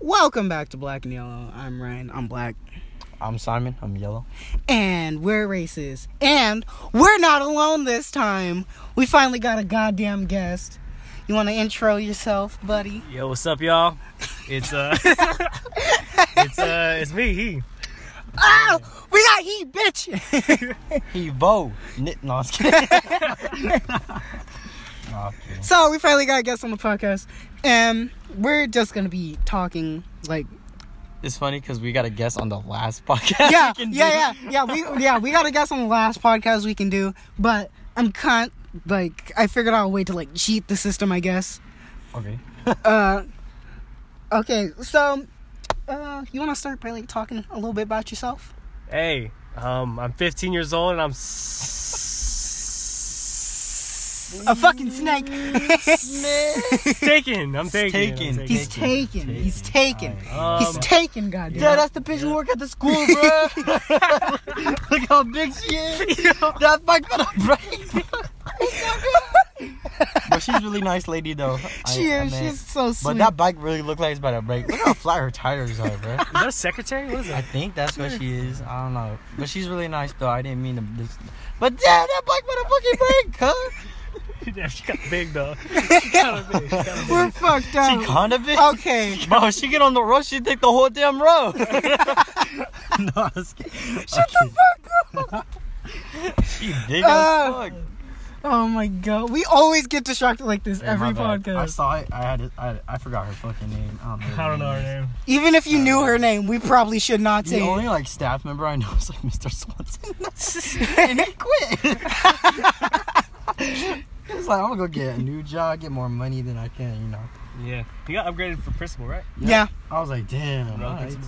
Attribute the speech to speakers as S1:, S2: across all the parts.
S1: Welcome back to Black and Yellow. I'm Ryan. I'm black.
S2: I'm Simon. I'm yellow.
S1: And we're racist. And we're not alone this time. We finally got a goddamn guest. You want to intro yourself, buddy?
S3: Yo, what's up, y'all? It's uh, it's uh, it's me. He.
S1: Oh, we got heat, bitch.
S2: He Bo. Nit- No, I'm just kidding. No, I'm kidding.
S1: so we finally got a guest on the podcast, and we're just gonna be talking like
S2: It's funny because we got a guest on the last podcast.
S1: yeah,
S2: we can do.
S1: yeah, yeah, yeah. We yeah, we got a guest on the last podcast we can do, but I'm kind like I figured out a way to like cheat the system, I guess.
S2: Okay.
S1: Uh, okay, so uh, you want to start by like talking a little bit about yourself?
S3: Hey, um, I'm 15 years old and I'm s-
S1: A fucking snake.
S3: taken. I'm taken.
S2: Taken.
S3: I'm
S1: He's taken. He's taken.
S3: Um,
S1: He's taken. Goddamn.
S2: Yeah, that's the bitch who work at the school, bro. Look how big she is. That fuck for the break. but she's really nice lady though. I-
S1: She
S2: I
S1: is.
S2: meant-
S1: She's so sweet.
S2: But that bike really looked like it's about to break. Look how flat her tires are, bro.
S3: Is that a secretary? What is
S2: I
S3: that?
S2: think that's what she is. I don't know. But she's really nice though. I didn't mean to. This, but damn, that bike motherfucking break, huh?
S3: Damn, she got big though. She got big. She got big.
S1: We're fucked up.
S2: She kind of it.
S1: Oh. okay.
S2: Bro, she get on the road, she take the whole damn road. no, I was kidding. Shut the fuck up. she big
S1: Uh,
S2: as fuck.
S1: Oh my god. We always get distracted like this
S2: Hey,
S1: every
S2: my bad. I
S1: podcast.
S2: saw it. I had it. I, I forgot her fucking name. I don't know.
S3: I don't know her name.
S1: Even if you knew her name, we probably should not
S2: Uh, The
S1: say
S2: only
S1: it.
S2: like staff member I know is like Mr. Swanson, and he quit. He's like, I'm gonna go get a new job, get more money than I can, you know.
S3: Yeah, he got upgraded for principal, right?
S1: Yeah.
S2: I was like, damn.
S3: Bro,
S2: all right,
S3: that's-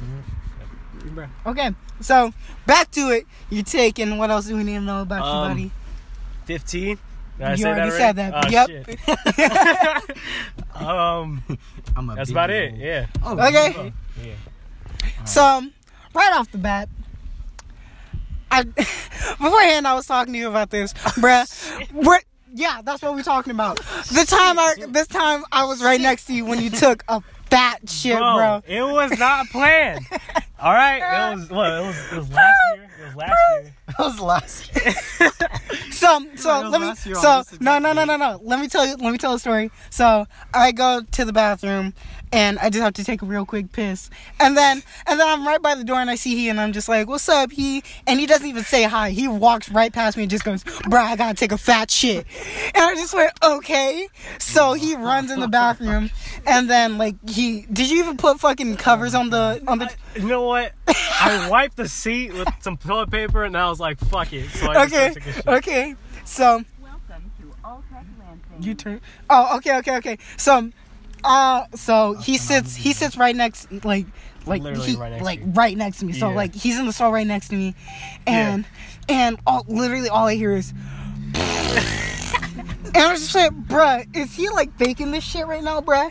S2: dude.
S1: Okay. So back to it. You're taking. What else do we need to know about
S3: Um,
S1: you,
S3: 15. Did I
S1: buddy? You
S3: say
S1: already
S3: that
S1: said
S3: right?
S1: that.
S3: Oh,
S1: yep.
S3: shit. um,
S2: I'm a
S3: that's
S2: big
S3: about it.
S2: old-
S3: Yeah.
S2: Oh,
S1: Okay.
S2: bro.
S3: Yeah.
S1: Uh-huh. So, right off the bat, I beforehand I was talking to you about this, bruh. We're- yeah, that's what we're talking about. The time I this time I was right next to you when you took a fat shit, bro.
S3: It was not planned. All right, it was what it was. It was last year. It was last year.
S2: That was last year.
S1: So, so
S2: that was
S1: let me.
S2: last year on
S1: So
S2: this
S1: no,
S2: exact
S1: no, no, no,
S2: date.
S1: no. Let me tell you. Let me tell a story. So I go to the bathroom, and I just have to take a real quick piss, and then and then I'm right by the door, and I see he, and I'm just like, "What's up, he?" And he doesn't even say hi. He walks right past me and just goes, "Bruh, I gotta take a fat shit," and I just went, "Okay." So he runs in the bathroom, and then like he, did you even put fucking covers on the on the?
S3: You know what? I wiped the seat with some toilet paper, and I was like, "Fuck it." So I
S1: Okay,
S3: just took a shit.
S1: okay. So
S4: Welcome to All Tech Lansing.
S1: You turn. Oh, okay, okay, okay. So, uh, so he sits. He sits right next, like, like
S3: Literally
S1: he,
S3: right next to
S1: like
S3: you.
S1: right next to me. So
S3: Yeah.
S1: like he's in the stall right next to me, and and all literally all I hear is. And I was just like, bruh, is he like faking this shit right now, bruh?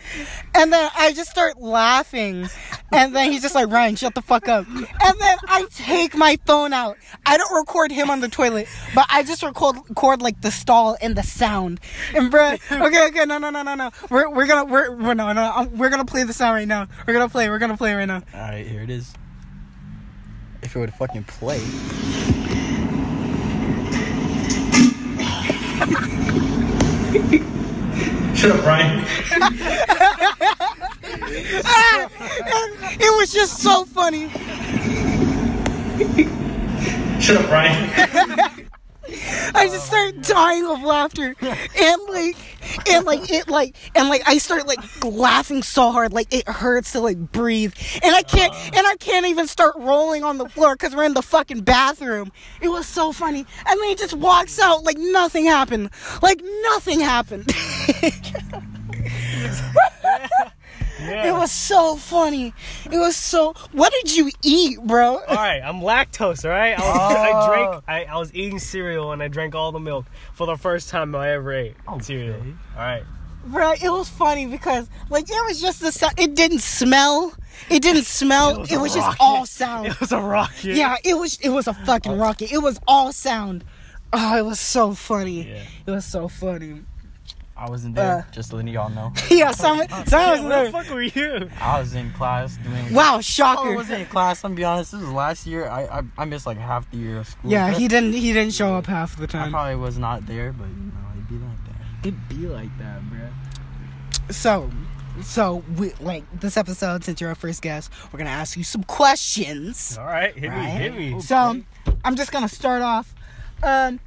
S1: And then I just start laughing. And then he's just like, Ryan, shut the fuck up. And then I take my phone out. I don't record him on the toilet, but I just record, record like the stall and the sound. And bruh, okay, okay, no, no, no, no, no. We're, we're gonna, we're, we're no, no, I'm- we're gonna play the sound right now. We're gonna play, we're gonna play right now.
S2: All right, here it is. If it would fucking play.
S1: Ah! It was just so funny.
S3: Shut up, Ryan.
S1: I just start dying of laughter, and like, and like it, like, and like I start like laughing so hard, like it hurts to like breathe, and I can't,
S3: Uh.
S1: and I can't even start rolling on the floor because we're in the fucking bathroom. It was so funny, and then he just walks out like nothing happened, like nothing happened.
S3: Yeah.
S1: it was so funny. It was so. What did you eat, bro?
S3: all right, I'm lactose. All right,
S1: Oh.
S3: I, was, I drank. I, I was eating cereal, and I drank all the milk for the first time I ever ate cereal.
S2: Okay.
S3: All right.
S1: Bruh, it was funny because like it was just the sound. It didn't smell. It didn't smell. It was,
S3: a
S1: just
S3: rocket.
S1: all sound.
S3: It was a rocket.
S1: yeah, it was. It was a fucking rocket. It was all sound. Oh, it was so funny.
S3: Yeah.
S1: It was so funny.
S2: I wasn't there.
S1: Uh.
S2: just letting y'all know.
S1: yeah, Simon, Simon was
S3: Where the
S1: there.
S3: fuck were you?
S2: I was in class doing.
S1: Wow,
S2: I
S1: shocker.
S2: wasn't in class. I'm be honest. This was last year. I I, I missed like half the year of school.
S1: Yeah, he didn't. He didn't show up half the
S2: I
S1: time.
S2: probably was not there, but you know, it'd be like that. It'd be like that, bruh.
S1: So, so we like this episode. Since you're our first guest, we're gonna ask you some questions.
S3: All right, hit me,
S1: Right?
S3: hit me.
S1: So, I'm just gonna start off. Um,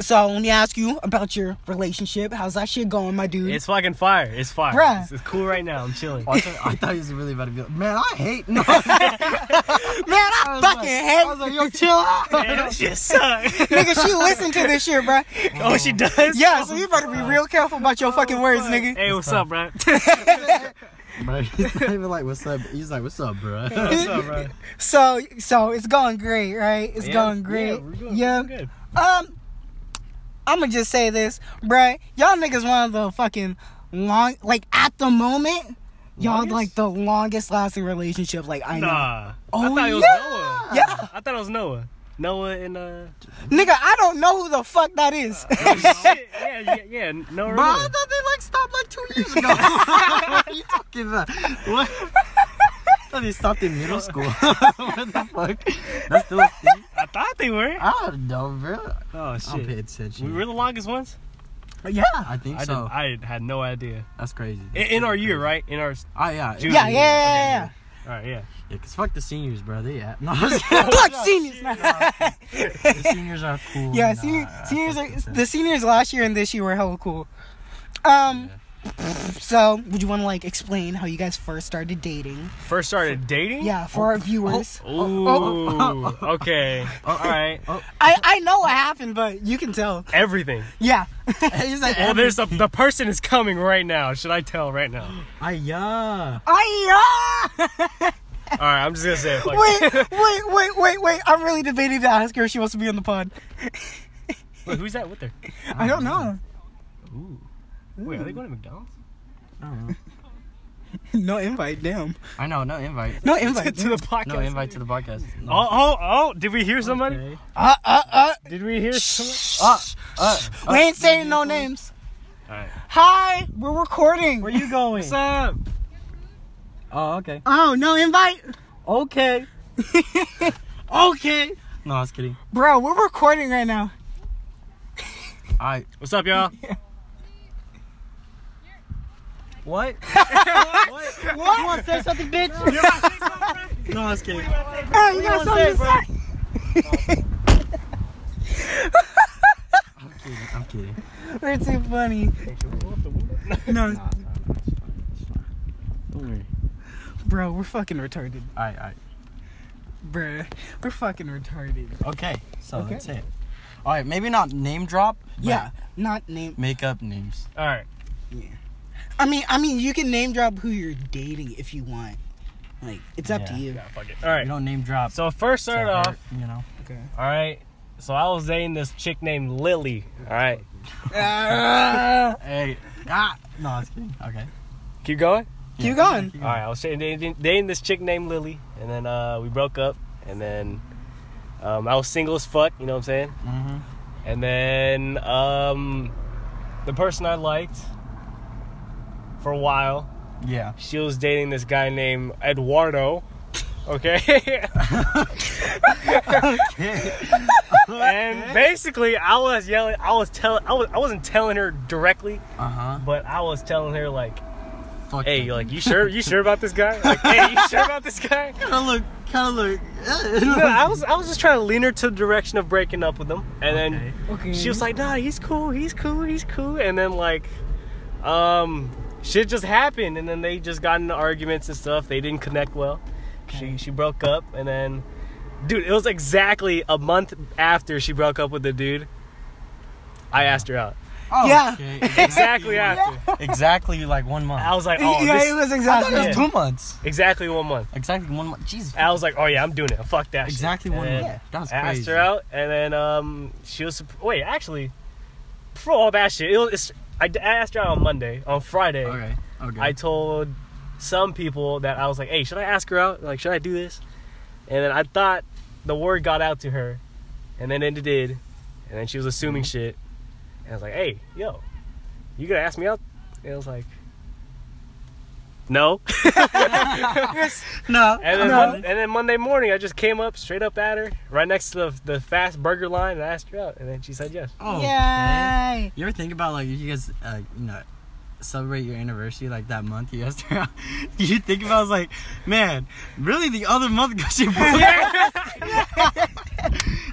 S1: so let me ask you about your relationship. How's that shit going, my dude?
S3: It's fucking fire. It's fire.
S1: Bruh.
S3: It's, it's cool right now. I'm chilling.
S2: I thought, I thought he was really about to be like, man, I hate. No,
S1: Man, I,
S2: I was
S1: fucking
S2: like-
S1: hate.
S2: I was like, yo, chill out.
S3: Man, that shit sucks.
S1: nigga, she listened to this shit, bro.
S3: oh, she does.
S1: Yeah, so you better be real careful about your fucking words, nigga.
S3: Hey, what's up, bro?
S2: Bro, he's not even like, what's up? He's like, what's up, bro?
S3: what's up, bro?
S1: So, so it's going great, right? It's
S3: Yeah,
S1: going great.
S3: Yeah, we're good.
S1: Yeah.
S3: We're good.
S1: Um, I'm gonna just say this, bruh. Y'all niggas one of the fucking long, like at the moment, y'all
S3: Longest?
S1: like the longest lasting relationship. Like I know,
S3: Nah. I
S1: Oh,
S3: thought it was
S1: yeah.
S3: Noah.
S1: Yeah.
S3: I thought it was Noah. Noah and uh.
S1: nigga, I don't know who the fuck Uh, that is.
S3: shit. Yeah, yeah, yeah. Noah.
S2: Bro, I
S3: Renee.
S2: thought they like stopped like two years ago. what are you talking about? What? I thought they stopped in middle school. what the fuck? That's still a thing?
S3: I thought they were.
S2: I don't know, bro.
S3: Oh
S2: I don't pay
S3: shit.
S2: attention.
S3: We were the longest ones.
S1: yeah,
S2: I think
S3: I
S2: so.
S3: didn't. I had no idea.
S2: That's crazy.
S3: In, in our year, right? In our.
S2: Oh, yeah.
S3: Junior
S1: yeah, yeah, yeah.
S3: year.
S1: yeah,
S3: All right. Yeah.
S2: Yeah, cause fuck the seniors, bro. They at. No, I was
S1: yeah. Fuck seniors. Nah.
S2: the seniors are cool.
S1: Yeah,
S2: Nah,
S1: senior,
S2: I
S1: seniors
S2: fuck
S1: are
S2: with them.
S1: the seniors last year and this year were hella cool. Um, so would you want to like explain how you guys first started dating?
S3: First started dating.
S1: Yeah, for our viewers.
S3: Ooh. Okay. All right.
S1: I I know what happened, but you can tell.
S3: Everything.
S1: Yeah.
S2: He's like,
S3: Well, there's a, the person is coming right now. Should I tell right now?
S2: Ay, yeah.
S1: Aya!
S3: All right, I'm just gonna say it. Fuck
S1: wait,
S3: it.
S1: wait, wait, wait, wait. I'm really debating to ask her if she wants to be on the pod.
S3: Wait, who's that with her?
S1: I don't know.
S3: Ooh. Wait, are they going to McDonald's?
S2: I don't know.
S1: No invite, damn.
S2: I know, no invite.
S1: No invite.
S3: to the podcast.
S2: No invite to the podcast. No.
S3: Oh, oh, oh! Did we hear somebody?
S2: Okay.
S1: Uh, uh, uh.
S3: Did we hear somebody?
S2: Uh, uh,
S1: We ain't saying no names.
S3: Alright.
S1: Hi, we're recording.
S2: you going?
S3: What's up?
S2: Oh, okay.
S1: Oh, no invite?
S2: Okay. okay. No, I was kidding.
S1: Bro, we're recording right now.
S2: I.
S3: What's up, y'all?
S2: What?
S1: What?
S2: You want to say something, bitch? no, I was kidding.
S1: Hey, you got
S2: What you
S1: something to
S2: wanna
S1: say?
S2: I'm kidding. I'm kidding.
S1: We're too funny. No,
S2: Don't worry.
S1: bro, we're fucking retarded.
S2: All right, all right.
S1: Bruh, we're fucking retarded.
S2: Okay. So
S1: Okay.
S2: that's it. All right, maybe not name drop. but
S1: Yeah, not name.
S2: Make up names.
S3: All right.
S1: I mean, I mean, you can name drop who you're dating if you want. Like, it's up to
S2: Yeah.
S1: you.
S3: Yeah, fuck it. All
S2: You
S3: right.
S2: don't name drop.
S3: So first
S2: to
S3: started
S2: hurt,
S3: off.
S2: You know.
S1: Okay.
S3: All right. So I was dating this chick named Lily. All right.
S1: Uh,
S2: Hey. Ah. No, I was kidding. Okay.
S3: Keep going.
S1: Keep going.
S2: keep
S3: All right. I was dating, dating, dating this chick named Lily, and then uh, we broke up, and then um, I was single as fuck. You know what I'm saying?
S2: Mhm.
S3: And then um, the person I liked for a while,
S2: Yeah.
S3: she was dating this guy named Eduardo. Okay. and basically, I was yelling. I was telling. I, was, I wasn't telling her directly,
S2: Uh huh.
S3: but I was telling her like,
S2: Fuck.
S3: "Hey, you're like, you sure? You sure about this guy? Like, hey, you sure about this guy?"
S2: Kind of look. Kind of look.
S3: No, I was. I was just trying to lean her to the direction of breaking up with him, and then
S2: Okay.
S1: okay.
S3: she was like, nah, he's cool, he's cool, he's cool. And then like, um, shit just happened, and then they just got into arguments and stuff. They didn't connect well. She she broke up, and then, dude, it was exactly a month after she broke up with the dude. I asked her out
S2: Oh,
S1: Yeah.
S2: okay.
S3: exactly after.
S2: exactly like one month.
S3: I was like, oh,
S1: yeah,
S3: this-
S1: it was
S2: I thought
S1: exactly.
S2: it was
S3: Yeah.
S2: two months.
S3: exactly one month.
S2: Exactly one month. Jesus.
S3: I was like, oh yeah, I'm doing it. Fuck that. shit.
S2: Exactly
S3: And
S2: one
S3: then
S2: month. That was
S3: I asked
S2: crazy.
S3: her out, and then um, she was sup- wait. Actually, for all that shit, it was, it's, I d- I asked her out on Monday. On Friday,
S2: Okay. Okay.
S3: I told some people that I was like, hey, should I ask her out? Like, should I do this? And then I thought the word got out to
S2: Mm-hmm.
S3: her, and then it did, and then she was assuming shit, and I was like, hey, yo, you gonna ask me out? And I was like, no.
S1: No.
S3: And then,
S1: no.
S3: Mon- and then Monday morning, I just came up straight up at her, right next to the, the fast burger line, and I asked her out, and then she said yes.
S2: Oh. okay.
S1: Yay.
S2: You ever think about like if you guys uh, you know celebrate your anniversary like that month you guys you think about it's like man really the other month got you booked?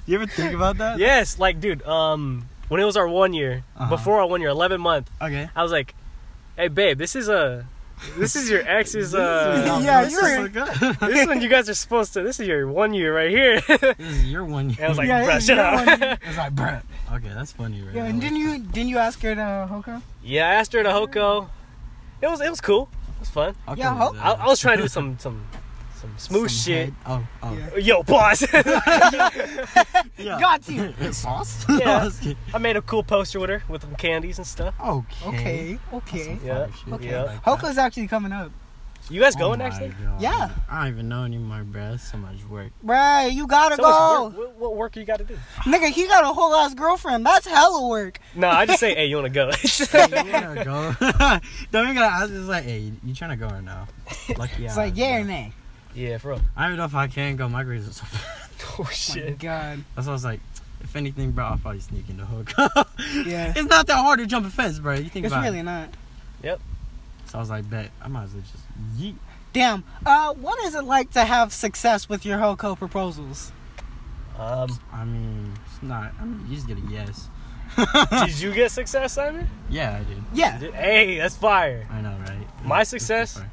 S2: you ever think about that
S3: Yes, like dude, um, when it was our one year,
S2: Uh-huh.
S3: before our one year, eleven month,
S2: okay
S3: I was like, hey babe, this is a, this is your ex's. Uh,
S1: Yeah,
S2: this
S1: you're-
S2: is so good.
S3: this one you guys are supposed to. This is your one year right here. and
S2: this is your one year
S3: I was like,
S1: Yeah,
S3: bruh,
S1: it's
S3: shut
S1: your one
S3: up.
S2: it's like bruh okay that's funny right
S1: Yeah,
S2: now.
S1: and didn't you didn't you ask her to uh, Hoka?
S3: yeah, I asked her to hoko. It was it was cool. It was fun.
S2: I'll
S1: Yeah,
S2: come
S1: ho-
S2: with
S3: I,
S2: that.
S3: I was trying to do some some some smooth
S2: Some
S3: shit.
S2: head- oh oh
S1: Yeah.
S3: Yo, pause.
S2: yeah.
S1: Got you.
S2: sauce
S3: Yeah. I made a cool poster with her with some candies and stuff.
S2: okay
S1: Okay, okay.
S2: Some
S3: Yeah.
S2: fire shit.
S3: Okay.
S2: I like that.
S1: Hoka's actually coming up.
S3: You guys
S2: Oh
S3: going
S2: my
S3: next week?
S2: God.
S1: Yeah.
S2: I don't even know anymore, bruh. It's So much work.
S1: Right, you gotta
S3: So much work.
S1: go.
S3: What, what work you got to do?
S1: Nigga, he got a whole ass girlfriend. That's hella work.
S3: No, I just say, hey, you want to go?
S2: Hey, you wanna go? Don't even gotta ask. It's like, hey, you trying to go or no? Lucky
S1: It's like, yeah Oh or nay.
S3: yeah, for real.
S2: I don't even know if I can go. My grades are so bad.
S3: Oh
S1: My
S3: shit.
S1: God.
S2: That's why I was like, if anything, bro, I'll probably sneak in the hook.
S1: Yeah.
S2: It's not that hard to jump a fence, bro. You think
S1: It's
S2: about
S1: really
S2: it.
S1: not.
S2: So I was like, bet. I might as well just yeet.
S1: Damn. Uh, what is it like to have success with your Hoka proposals?
S3: Um,
S2: I mean, it's not. I mean, you just get a yes.
S3: did you get success, Simon?
S2: Yeah, I did.
S1: Yeah.
S3: Did- hey, that's fire.
S2: I know, right?
S3: My
S2: It's- it's so
S3: success?
S2: far.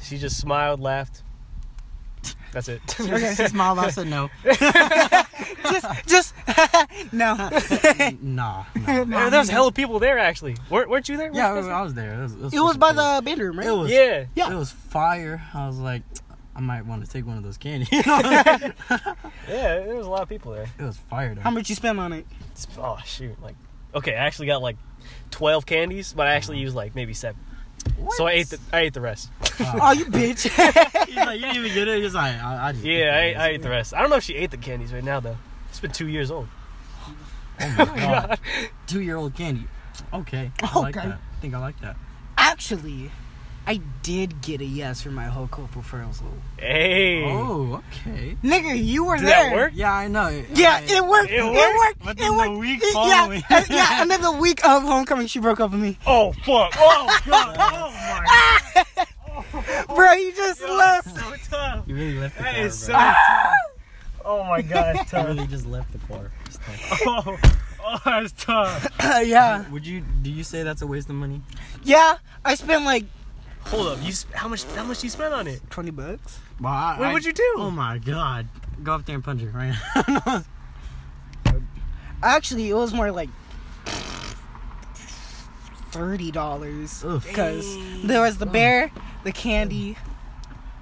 S3: She just smiled, laughed. That's it.
S2: She smiled. I said no.
S1: just, just, no.
S2: nah.
S1: No,
S2: nah.
S3: Man, there was hella people there actually. Weren't, weren't you there?
S2: Yeah, I
S3: Weren't
S2: was,
S3: you
S2: I was there. It was,
S1: It was by
S2: fucking crazy.
S1: the bender, right?
S2: It was.
S3: there?
S1: Yeah.
S2: It was fire. I was like, I might want to take one of those candies. it
S3: Yeah, yeah. There was a lot of people there.
S2: was fire.
S1: How
S2: Though.
S1: much you spend on it?
S3: It's- oh shoot, like, okay, I actually got like twelve candies, but I actually used like maybe seven. So I ate the I ate the rest.
S1: Oh, you bitch.
S2: He's like, you didn't even get it. He's like, I, I just
S3: Yeah, I, I ate the rest. I don't know if she ate the candies right now though. It's been two years old. Oh
S2: two year old candy. Okay. I like
S1: Okay.
S2: that. I think I like that.
S1: Actually, I did get a yes for my Hoka proposal.
S3: Hey,
S2: Oh, okay.
S1: Nigga, you were
S3: did
S1: there.
S3: that work?
S2: Yeah, I know.
S1: Yeah,
S2: I,
S1: it worked.
S3: It
S1: It
S3: worked?
S1: worked. It worked.
S2: Within the week
S1: It-
S2: following.
S1: Yeah, and- yeah, and then the week of homecoming, she broke up with me.
S3: Oh fuck! Oh god! Oh my!
S1: Bro, you just left.
S3: So tough.
S2: You really left the
S3: That
S2: car,
S3: is so
S2: bro.
S3: tough. Oh my god, that's
S2: You
S3: tough.
S2: really just left the car. It's tough.
S3: Oh, oh, that's tough.
S1: yeah,
S2: Would you? Do you say that's a waste of money?
S1: yeah. I spent like
S3: Hold up, you sp- how much? How much you spent on it?
S1: twenty bucks.
S2: Well, I,
S3: What
S2: I-
S3: would you do?
S2: Oh my god. Go up there and punch her right now.
S1: Actually, it was more like thirty dollars
S2: Oof.
S1: because there was the bear, the candy,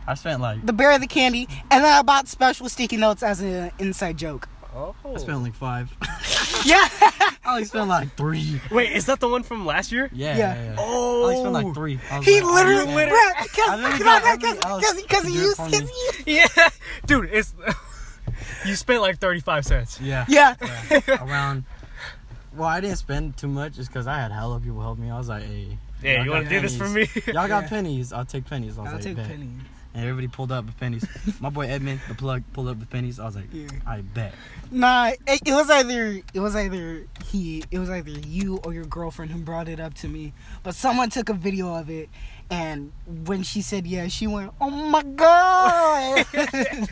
S2: I spent like
S1: the bear, the candy, and then I bought special sticky notes as an inside joke.
S3: Oh.
S2: I spent like five.
S1: Yeah.
S2: I only spent like three.
S3: Wait, is that the one from last year?
S2: Yeah.
S1: Yeah.
S2: yeah, yeah.
S3: Oh.
S2: I only spent like three. I was
S1: He
S2: like, oh,
S1: literally,
S2: yeah. I literally got everything else
S1: because because
S2: to
S1: he
S2: do it
S1: used
S2: for
S1: his.
S2: me.
S3: Yeah, dude, it's. you spent like thirty-five cents.
S2: Yeah.
S1: Yeah,
S2: Around. Well, I didn't spend too much just because I had hella people help me. I was like, hey.
S3: Yeah,
S2: y'all
S3: you
S2: got
S3: want to do this for me?
S2: pennies. Y'all got
S1: Yeah.
S2: pennies. I'll take pennies. I was
S1: I'll
S2: like,
S1: take
S2: bet.
S1: pennies.
S2: And everybody pulled up with pennies. My boy Edmund, the plug, pulled up with pennies. I was like,
S1: Yeah.
S2: I bet.
S1: Nah, it, it was either it was either he it was either you or your girlfriend who brought it up to me. But someone took a video of it, and when she said yeah, she went, "Oh my god!" it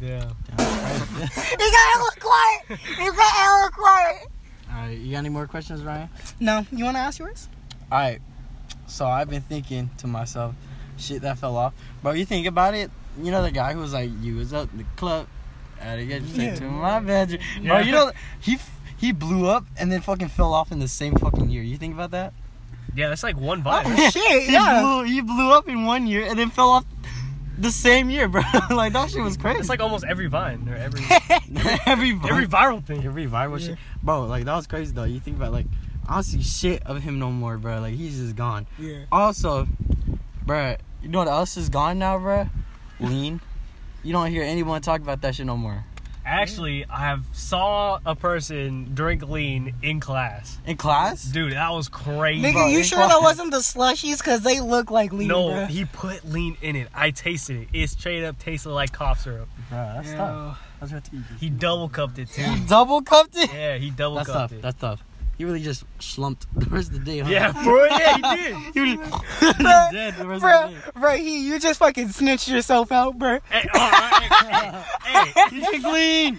S3: Yeah.
S1: got hella quiet. It got hella quiet.
S2: All right. You got any more questions, Ryan?
S1: No, you want to ask yours?
S2: All right. So I've been thinking to myself, shit, that fell off. Bro, you think about it. You know the guy who was like, you was up the club, had to get you
S1: Yeah.
S2: to my bedroom. Bro,
S3: Yeah.
S2: you know he f- he blew up and then fucking fell off in the same fucking year. You think about that?
S3: Yeah, that's like one vibe.
S1: Oh shit!
S2: He
S1: Yeah.
S2: blew, he blew up in one year and then fell off the same year, bro. like that shit was crazy.
S3: It's like almost every vine or every
S2: every
S3: every viral thing.
S2: every viral shit, bro. Like that was crazy though. You think about like I don't see shit of him no more, bro. Like he's just gone.
S1: Yeah.
S2: Also, bruh, you know what else is gone now, bruh? Lean. You don't hear anyone talk about that shit no more.
S3: Actually, I have saw a person drink lean in class.
S2: In class?
S3: Dude, that was crazy.
S1: Nigga,
S2: Bro,
S1: you
S2: it's
S1: sure that
S2: fine.
S1: wasn't the slushies? Because they look like lean,
S3: no,
S1: bruh.
S3: he put lean in it. I tasted it. It straight up tasted like cough syrup.
S2: Bro, that's tough. That's rough to eat.
S3: He double cupped it too.
S2: You double cupped it?
S3: yeah, he double
S2: That's
S3: cupped
S2: tough.
S3: it.
S2: That's tough. He really just slumped the rest of the day, huh?
S3: yeah, bro. Yeah, he did.
S2: He really
S1: Bruh,
S2: dead the rest of the
S1: Bruh,
S2: day.
S1: bruh, he, you just fucking snitched yourself out, bruh.
S3: hey, all right, hey, hey, hey,
S2: You drink lean.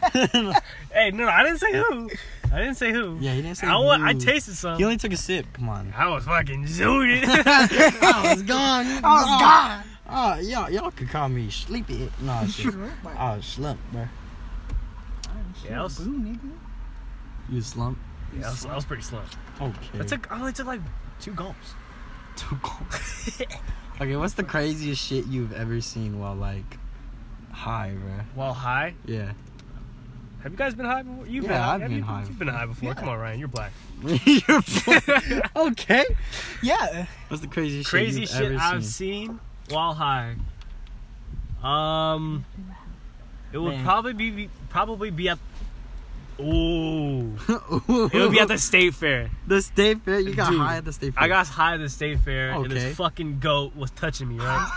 S3: hey, no, I didn't say who. I didn't say who.
S2: yeah, he didn't say
S3: I, wa- I
S2: who.
S3: tasted some.
S2: He only took a sip. Come on.
S3: I was fucking zooted.
S2: I was gone. I
S1: I was gone.
S2: Oh, y'all, y'all could call me sleepy. No, shit. I was slumped, Oh, bro.
S3: yeah, I was,
S1: Boo, nigga.
S2: You slumped?
S3: yeah, I was, I was pretty slow.
S2: Okay.
S3: I took, I only took like two gulps.
S2: two okay, what's the craziest shit you've ever seen while like high, bro?
S3: While high,
S2: Yeah.
S3: have you guys been high before? You've
S2: Yeah,
S3: been high.
S2: I've
S3: have
S2: been
S3: you,
S2: high
S3: You've been high before. Come on, Ryan, you're black.
S2: You're full- okay.
S1: Yeah.
S2: What's the craziest shit
S3: Crazy
S2: you've
S3: shit
S2: ever
S3: I've
S2: seen?
S3: seen while high. Um, it would
S2: Man.
S3: probably be probably be at. Ooh,
S2: it
S3: it would be at the state fair.
S2: the state fair. You got
S3: Dude,
S2: high at the state fair.
S3: I got high at the state fair, and
S2: Okay.
S3: this fucking goat was touching me, right?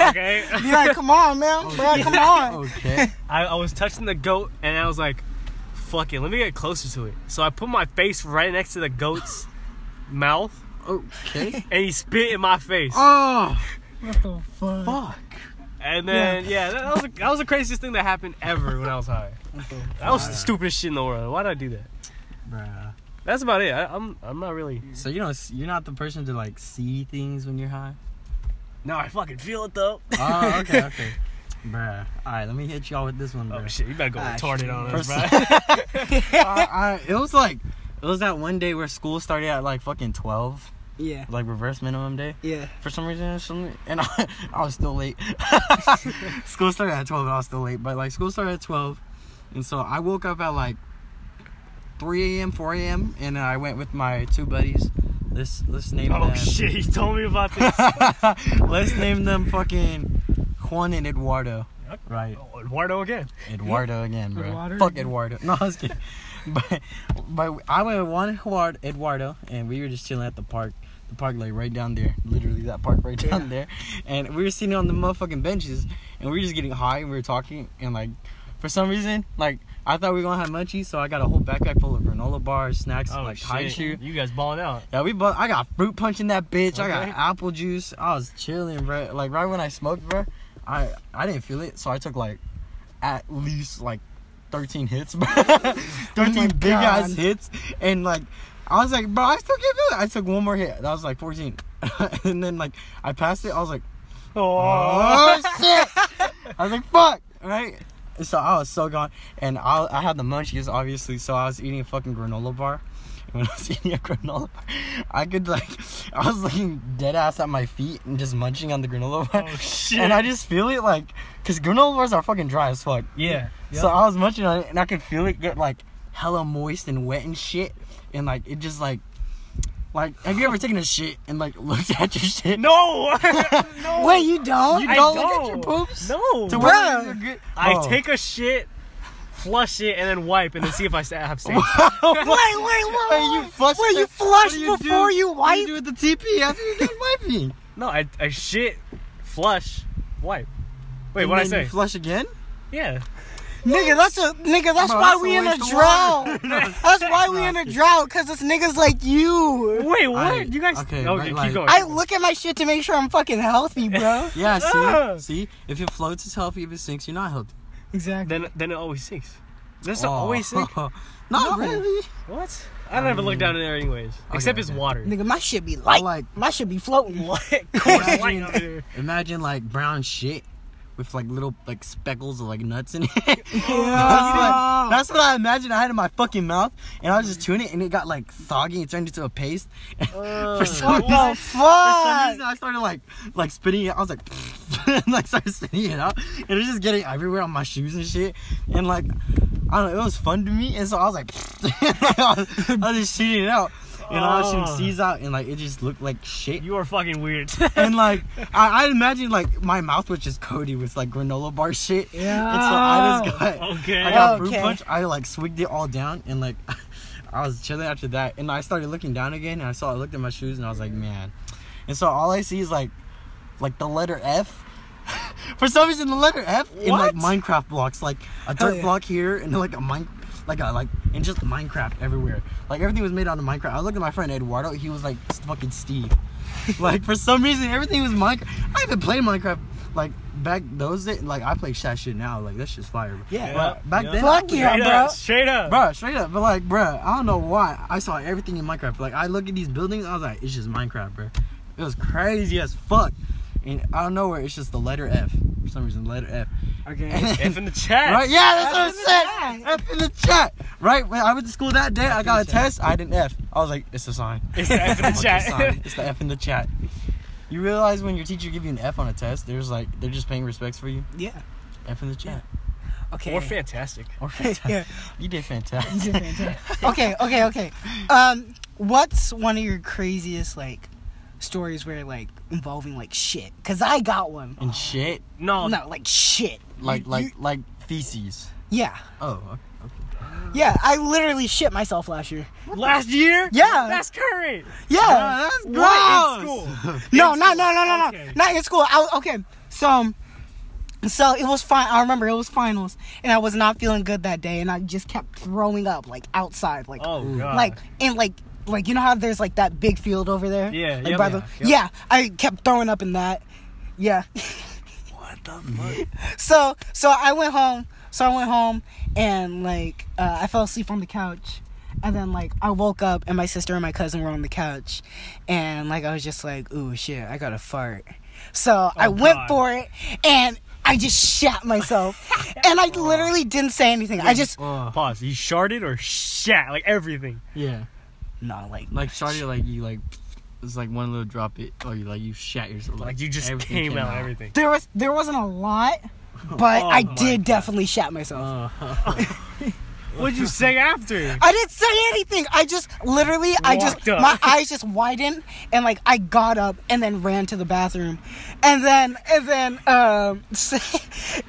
S3: okay.
S1: Be like, come on, man.
S2: Oh,
S1: Bruh, come on.
S2: Okay.
S3: I, I was touching the goat and I was like, fuck it, let me get closer to it. So I put my face right next to the goat's mouth
S2: Okay.
S3: and he spit in my face.
S2: Oh
S1: What the fuck?
S2: fuck.
S3: And then, yeah, that, that was that was the craziest thing that happened ever when I was high. That was the stupidest shit in the world. Why did I do that?
S2: Bruh.
S3: That's about it. I, I'm I'm not really.
S2: So you know you're not the person to like see things when you're high.
S3: No, I fucking feel it though.
S2: Oh, okay, okay. Bruh. Alright, let me hit y'all with this one, bro.
S3: Oh shit, you better go
S2: Ah,
S3: retarded
S2: shit.
S3: on us,
S2: First- Uh,
S3: bro.
S2: I, I, it was like it was that one day where school started at like fucking twelve,
S1: Yeah.
S2: like reverse minimum day.
S1: Yeah.
S2: For some reason, or something, and I, I was still late. school started at twelve, and I was still late. But like school started at twelve, and so I woke up at like three a.m., four a.m., and I went with my two buddies. Let's let's name
S3: oh
S2: them.
S3: shit, he told me about this.
S2: let's name them fucking Juan and Eduardo. Right.
S3: Oh, Eduardo again.
S2: Eduardo again, bro.
S1: Eduardo
S2: Fuck
S1: again.
S2: Eduardo. No, I was kidding. But, but I went with one Eduard- Eduardo, and we were just chilling at the park. The park, like right down there, literally that park right down there. And we were sitting on the motherfucking benches, and we were just getting high, and we were talking, and like, for some reason, like I thought we were gonna have munchies, so I got a whole backpack full of granola bars, snacks,
S3: Oh
S2: like
S3: shit,
S2: high shoe.
S3: you guys balling out.
S2: Yeah, we both. I got fruit punch in that bitch. I got
S3: Okay.
S2: apple juice. I was chilling, bro. Like right when I smoked, bro, I I didn't feel it, so I took like at least like thirteen hits, bro. thirteen big ass
S1: God.
S2: hits, and like I was like, bro, I still can't feel it. I took one more hit. That was like fourteen, and then like I passed it. I was like, oh shit! I was like, fuck, right. And So I was so gone, and I, I had the munchies obviously. So I was eating a fucking granola bar, when I was eating a granola bar, I could like, I was looking dead ass at my feet and just munching on the granola bar.
S3: Oh, shit.
S2: And I just feel it like, cause granola bars are fucking dry as fuck.
S3: Yeah.
S2: So I was munching on it and I could feel it get like hella moist and wet and shit, and like it just like, like have you ever taken a shit and like looked at your shit?
S3: No. no.
S1: Wait, you don't?
S2: You
S3: I
S2: don't, look at your
S3: don't.
S2: poops.
S3: No.
S2: To
S1: Bruh.
S2: where you're good-
S3: I
S2: Oh.
S3: take a shit, flush it, and then wipe, and then see if I sta- have stains.
S1: wait, wait, wait.
S2: Wait, you flush
S1: Wait, you
S2: it?
S1: flush
S2: What do you do?
S1: before you
S2: What do
S1: wipe?
S2: you do with the TP after you're done wiping?
S3: no, I, I shit, flush, wipe. Wait,
S2: And
S3: what I
S2: then you
S3: say?
S2: Flush again?
S3: yeah.
S1: Nigga, that's a nigga. That's
S2: Bro,
S1: why
S2: that's
S1: we
S2: a
S1: in a
S2: waste of water.
S1: drought. that's why we in a drought because it's niggas like you.
S3: Wait, what?
S2: I-
S3: you guys?
S2: okay,
S3: Okay,
S2: but
S3: keep
S2: like-
S3: going.
S1: I look at my shit to make sure I'm fucking healthy, bro.
S2: Yeah, see,
S3: Ah.
S2: see, if it floats, it's healthy. If it sinks, you're not healthy.
S1: exactly.
S3: then then it always sinks. Does it
S2: Oh.
S3: always sink?
S2: not
S1: No.
S2: really.
S3: What? I never look down in there anyways. Except it's
S2: Mm. okay.
S3: water.
S1: Nigga, my shit be light.
S2: like-
S1: my shit be floating.
S3: What? Course light up there.
S2: Imagine like brown shit with like little like speckles of like nuts in it. That's,
S1: Yeah.
S2: what, that's what I imagined I had in my fucking mouth, and I was just chewing it, and it got like soggy and turned into a paste. For some
S1: What
S2: reason,
S1: the
S2: For some
S1: fuck?
S2: reason, I started like like spitting it. I was like, and, like started spitting it out, and it was just getting everywhere on my shoes and shit. And like, I don't know, it was fun to me, and so I was like, I was just shooting it out. and all that
S3: Oh.
S2: shit sees out, and like it just looked like shit.
S3: You are fucking weird.
S2: and like I, I imagine like my mouth was just coated with like granola bar shit.
S1: Yeah.
S2: And so I just got
S3: Okay.
S2: I got
S1: Oh,
S2: fruit
S1: Okay.
S2: punch. I like swigged it all down and like I was chilling after that and I started looking down again and I saw I looked at my shoes and I was like man. And so all I see is like like the letter F. For some reason the letter F in like
S3: What?
S2: Minecraft blocks like a
S1: Hell
S2: dirt
S1: Oh, yeah.
S2: block here and like a mine like a like and just Minecraft everywhere. Like everything was made out of Minecraft. I looked at my friend Eduardo. He was like fucking Steve. like for some reason everything was Minecraft. I haven't played Minecraft like back those days. Like I play that shit now. Like that's just fire.
S1: Yeah.
S2: But back
S3: Yeah.
S2: then,
S1: Fuck yeah,
S3: straight
S1: bro.
S3: up. Straight up.
S2: bro, straight up. But like, bro, I don't know why I saw everything in Minecraft. Like I look at these buildings, I was like, it's just Minecraft, bro. It was crazy as fuck. And I don't know where it's just the letter F. For some reason, the letter F.
S1: Okay.
S3: F in the chat.
S2: Right? Yeah, that's what
S1: F
S2: I
S1: in the
S2: said. F in the chat. Right? When I went to school that day, I got a test. I didn't F. I was like, it's a sign.
S3: It's the F in the
S2: Fucking
S3: chat.
S2: sign. It's the F in the chat. You realize when your teacher give you an F on a test, there's like they're just paying respects for you.
S1: Yeah.
S2: F in the chat.
S1: Okay.
S3: Or fantastic.
S2: Or fantastic.
S1: Yeah.
S2: You did fantastic.
S1: okay, okay, okay. Um, what's one of your craziest like stories where like involving like shit? Cause I got one.
S2: and shit,
S3: No.
S1: No, like shit.
S2: like
S1: You-
S2: like
S1: you-
S2: like feces.
S1: yeah,
S2: Oh, okay.
S1: yeah. I literally shit myself last year.
S3: Last year?
S1: Yeah.
S3: That's current.
S1: Yeah.
S2: that's
S3: What? In
S2: gross.
S3: school.
S1: No,
S3: In
S1: no, no,
S3: school.
S1: no, no, no.
S3: Okay.
S1: Not in school. I, okay, so, um, so it was fine. I remember it was finals, and I was not feeling good that day, and I just kept throwing up like outside, like
S3: Oh, God.
S1: like and like like you know how there's like that big field over there.
S3: Yeah,
S1: Like,
S3: yep,
S1: by
S3: yeah,
S1: the yeah. I kept throwing up in that. Yeah.
S2: What the fuck?
S1: so so I went home. So I went home and like uh, I fell asleep on the couch, and then like I woke up and my sister and my cousin were on the couch, and like I was just like, ooh shit, I got to fart. So I went
S3: Oh, God.
S1: for it and I just shat myself, and I literally didn't say anything. I just
S2: Oh,
S3: Pause. You sharded or shat? Like everything.
S2: yeah.
S1: no like
S2: Like Shardy, like you like it's like one little drop it or you like you shat yourself.
S3: Like you just
S2: everything
S3: came, out, everything.
S1: there was there wasn't a lot, but
S3: Oh
S1: I
S3: my
S1: did definitely shat myself.
S3: What'd you say after?
S1: I didn't say anything. I just literally, I just
S3: Walked up.
S1: my eyes just widened and like I got up and then ran to the bathroom, and then and then um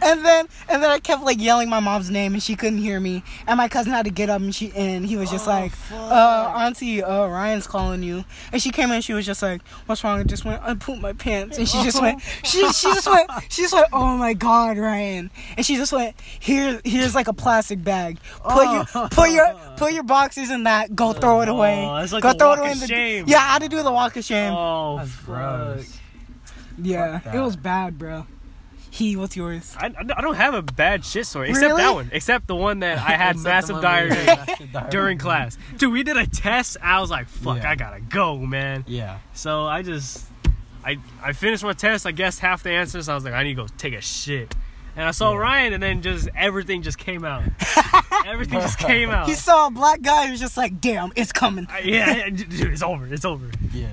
S1: and then and then I kept like yelling my mom's name and she couldn't hear me and my cousin had to get up and she and he was just like, uh, Auntie, uh, Ryan's calling you and she came in and she was just like, what's wrong? I just went I pooped my pants and she just went she she just went she just went oh my god Ryan and she just went here here's like a plastic bag put your put your put your boxes in that go throw it away
S3: Oh, it's like
S1: go
S3: the walk of
S1: the
S3: shame.
S1: yeah I had to do the walk of shame
S3: Oh,
S2: That's
S3: fuck.
S2: gross.
S1: yeah
S2: fuck
S1: it
S2: that.
S1: was bad bro he what's yours
S3: I, I don't have a bad shit story except
S1: Really?
S3: that one. Except the one that I had
S2: Except the
S3: massive
S2: one where you had
S3: diarrhea
S2: massive diarrhea.
S3: during class. Dude, we did a test. I was like, fuck,
S2: Yeah.
S3: I gotta go, man.
S2: Yeah.
S3: So I just, I I finished my test. I guess half the answers. I was like, I need to go take a shit. And I saw Ryan, and then just everything just came out. everything just came out.
S1: he saw a black guy he was just like damn it's coming
S3: I- yeah, yeah, dude, it's over. It's over.
S2: Yeah.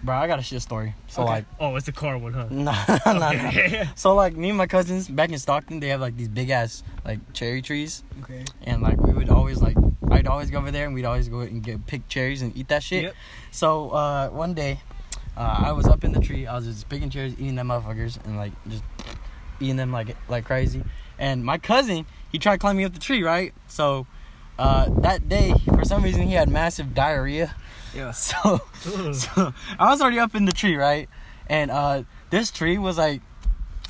S2: Bro, I got a shit story. So
S1: Okay.
S2: like
S3: Oh, it's the car one, huh?
S2: nah, nah, nah.
S3: Okay.
S2: So like me and my cousins back in Stockton, they have like these big ass like cherry trees,
S1: okay
S2: and like we would always like I'd always go over there and we'd always go and get pick cherries and eat that shit.
S3: Yep.
S2: So uh, one day, uh, I was up in the tree, I was just picking cherries, eating them motherfuckers, and like just eating them like like crazy. And my cousin, he tried climbing up the tree, right? So uh, that day, for some reason, he had massive diarrhea.
S1: yeah
S2: So, so I was already up in the tree, right? And uh, this tree was like,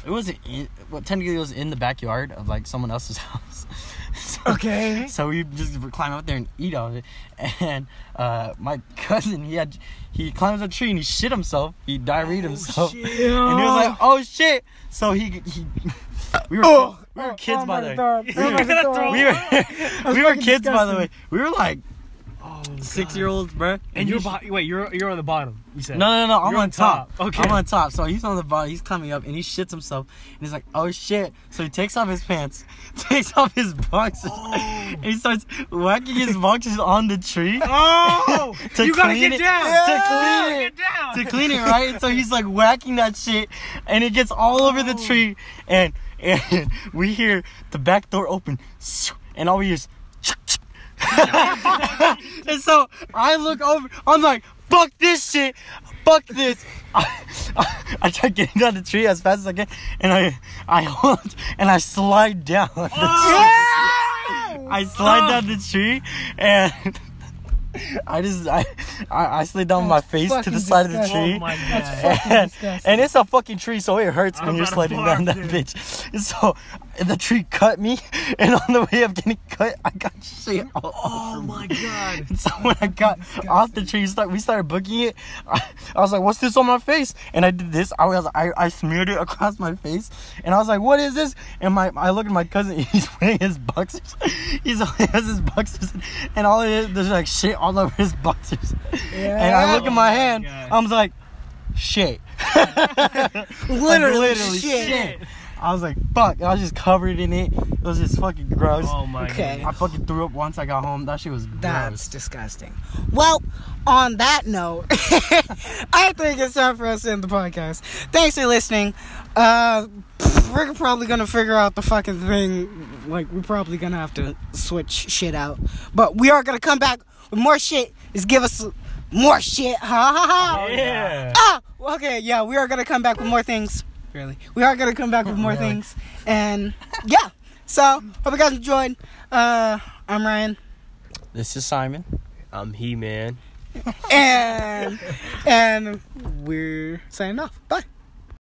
S2: it wasn't, in, well, technically it was in the backyard of like someone else's house. so,
S1: Okay.
S2: So we just would climb up there and eat all of it. And uh, my cousin, he had, he climbs a tree and he shit himself. He diarrheaed
S1: Oh,
S2: himself. And he was like, oh shit. So he, he we were,
S1: Oh.
S2: we were kids by the way. We were, we were
S1: fucking
S2: kids by the
S1: disgusting.
S2: way. We were like
S3: oh,
S2: six
S3: God.
S2: year olds, bruh.
S3: And
S2: you
S3: you're
S2: sh-
S3: bo- wait, you're you're on the bottom. You said
S2: No, no, no. I'm
S3: You're
S2: on,
S3: on
S2: top.
S3: top. Okay.
S2: I'm on top. So he's on the bottom. He's climbing up and he shits himself. And he's like, oh shit. So he takes off his pants, takes off his boxes,
S3: Oh.
S2: and he starts whacking his boxes on the tree.
S3: Oh,
S2: To
S3: you gotta
S2: clean
S3: get
S2: it-
S3: down.
S2: to
S3: You
S2: clean
S3: gotta
S2: it.
S3: get down.
S2: to clean it, right? And so he's like whacking that shit, and it gets all over
S3: Oh.
S2: the tree, and and we hear the back door open, and all we hear is and so I look over. I'm like, fuck this shit. Fuck this. I, I, I try getting down the tree as fast as I can, and I I hold and I slide down. The
S3: Oh.
S2: tree. I slide down the tree, and I just I I, I slid down my face to
S1: fucking
S2: the side of the
S1: disgusting.
S2: tree.
S5: Oh my god.
S2: and,
S1: disgusting.
S2: and it's a fucking tree, so it hurts when
S5: I'm
S2: you're
S5: about to
S2: sliding down that
S5: barf, dude.
S2: bitch. And so the tree cut me, and on the way of getting cut, I got shit all
S5: Oh
S2: over me.
S5: my god.
S2: And so when I got off the tree, start, we started booking it. I, I was like, "What's this on my face?" And I did this. I was I, I smeared it across my face, and I was like, "What is this?" And my I look at my cousin. He's wearing his boxers. He's he has his boxers, and all it is there's like shit all over his boxers. And I look at my
S5: Oh my
S2: hand.
S5: God.
S2: I'm like, "Shit."
S1: Literally,
S2: literally
S1: shit.
S2: shit. I was like, "Fuck!" and I was just covered in it. It was just fucking gross.
S5: Oh my
S1: Okay.
S5: god.
S2: I fucking threw up once I got home. That shit was gross.
S1: That's disgusting. Well, on that note, I think it's time for us to end the podcast. Thanks for listening. Uh, pff, we're probably gonna figure out the fucking thing. Like, we're probably gonna have to switch shit out. But we are gonna come back with more shit. Just give us more shit. Ha ha ha.
S3: Yeah.
S1: Ah, okay, yeah, we are gonna come back with more things. Really, we are gonna come back with more things, and yeah. So hope you guys enjoyed. Uh, I'm Ryan,
S2: This is Simon.
S3: I'm He Man.
S1: and and we're signing off. Bye.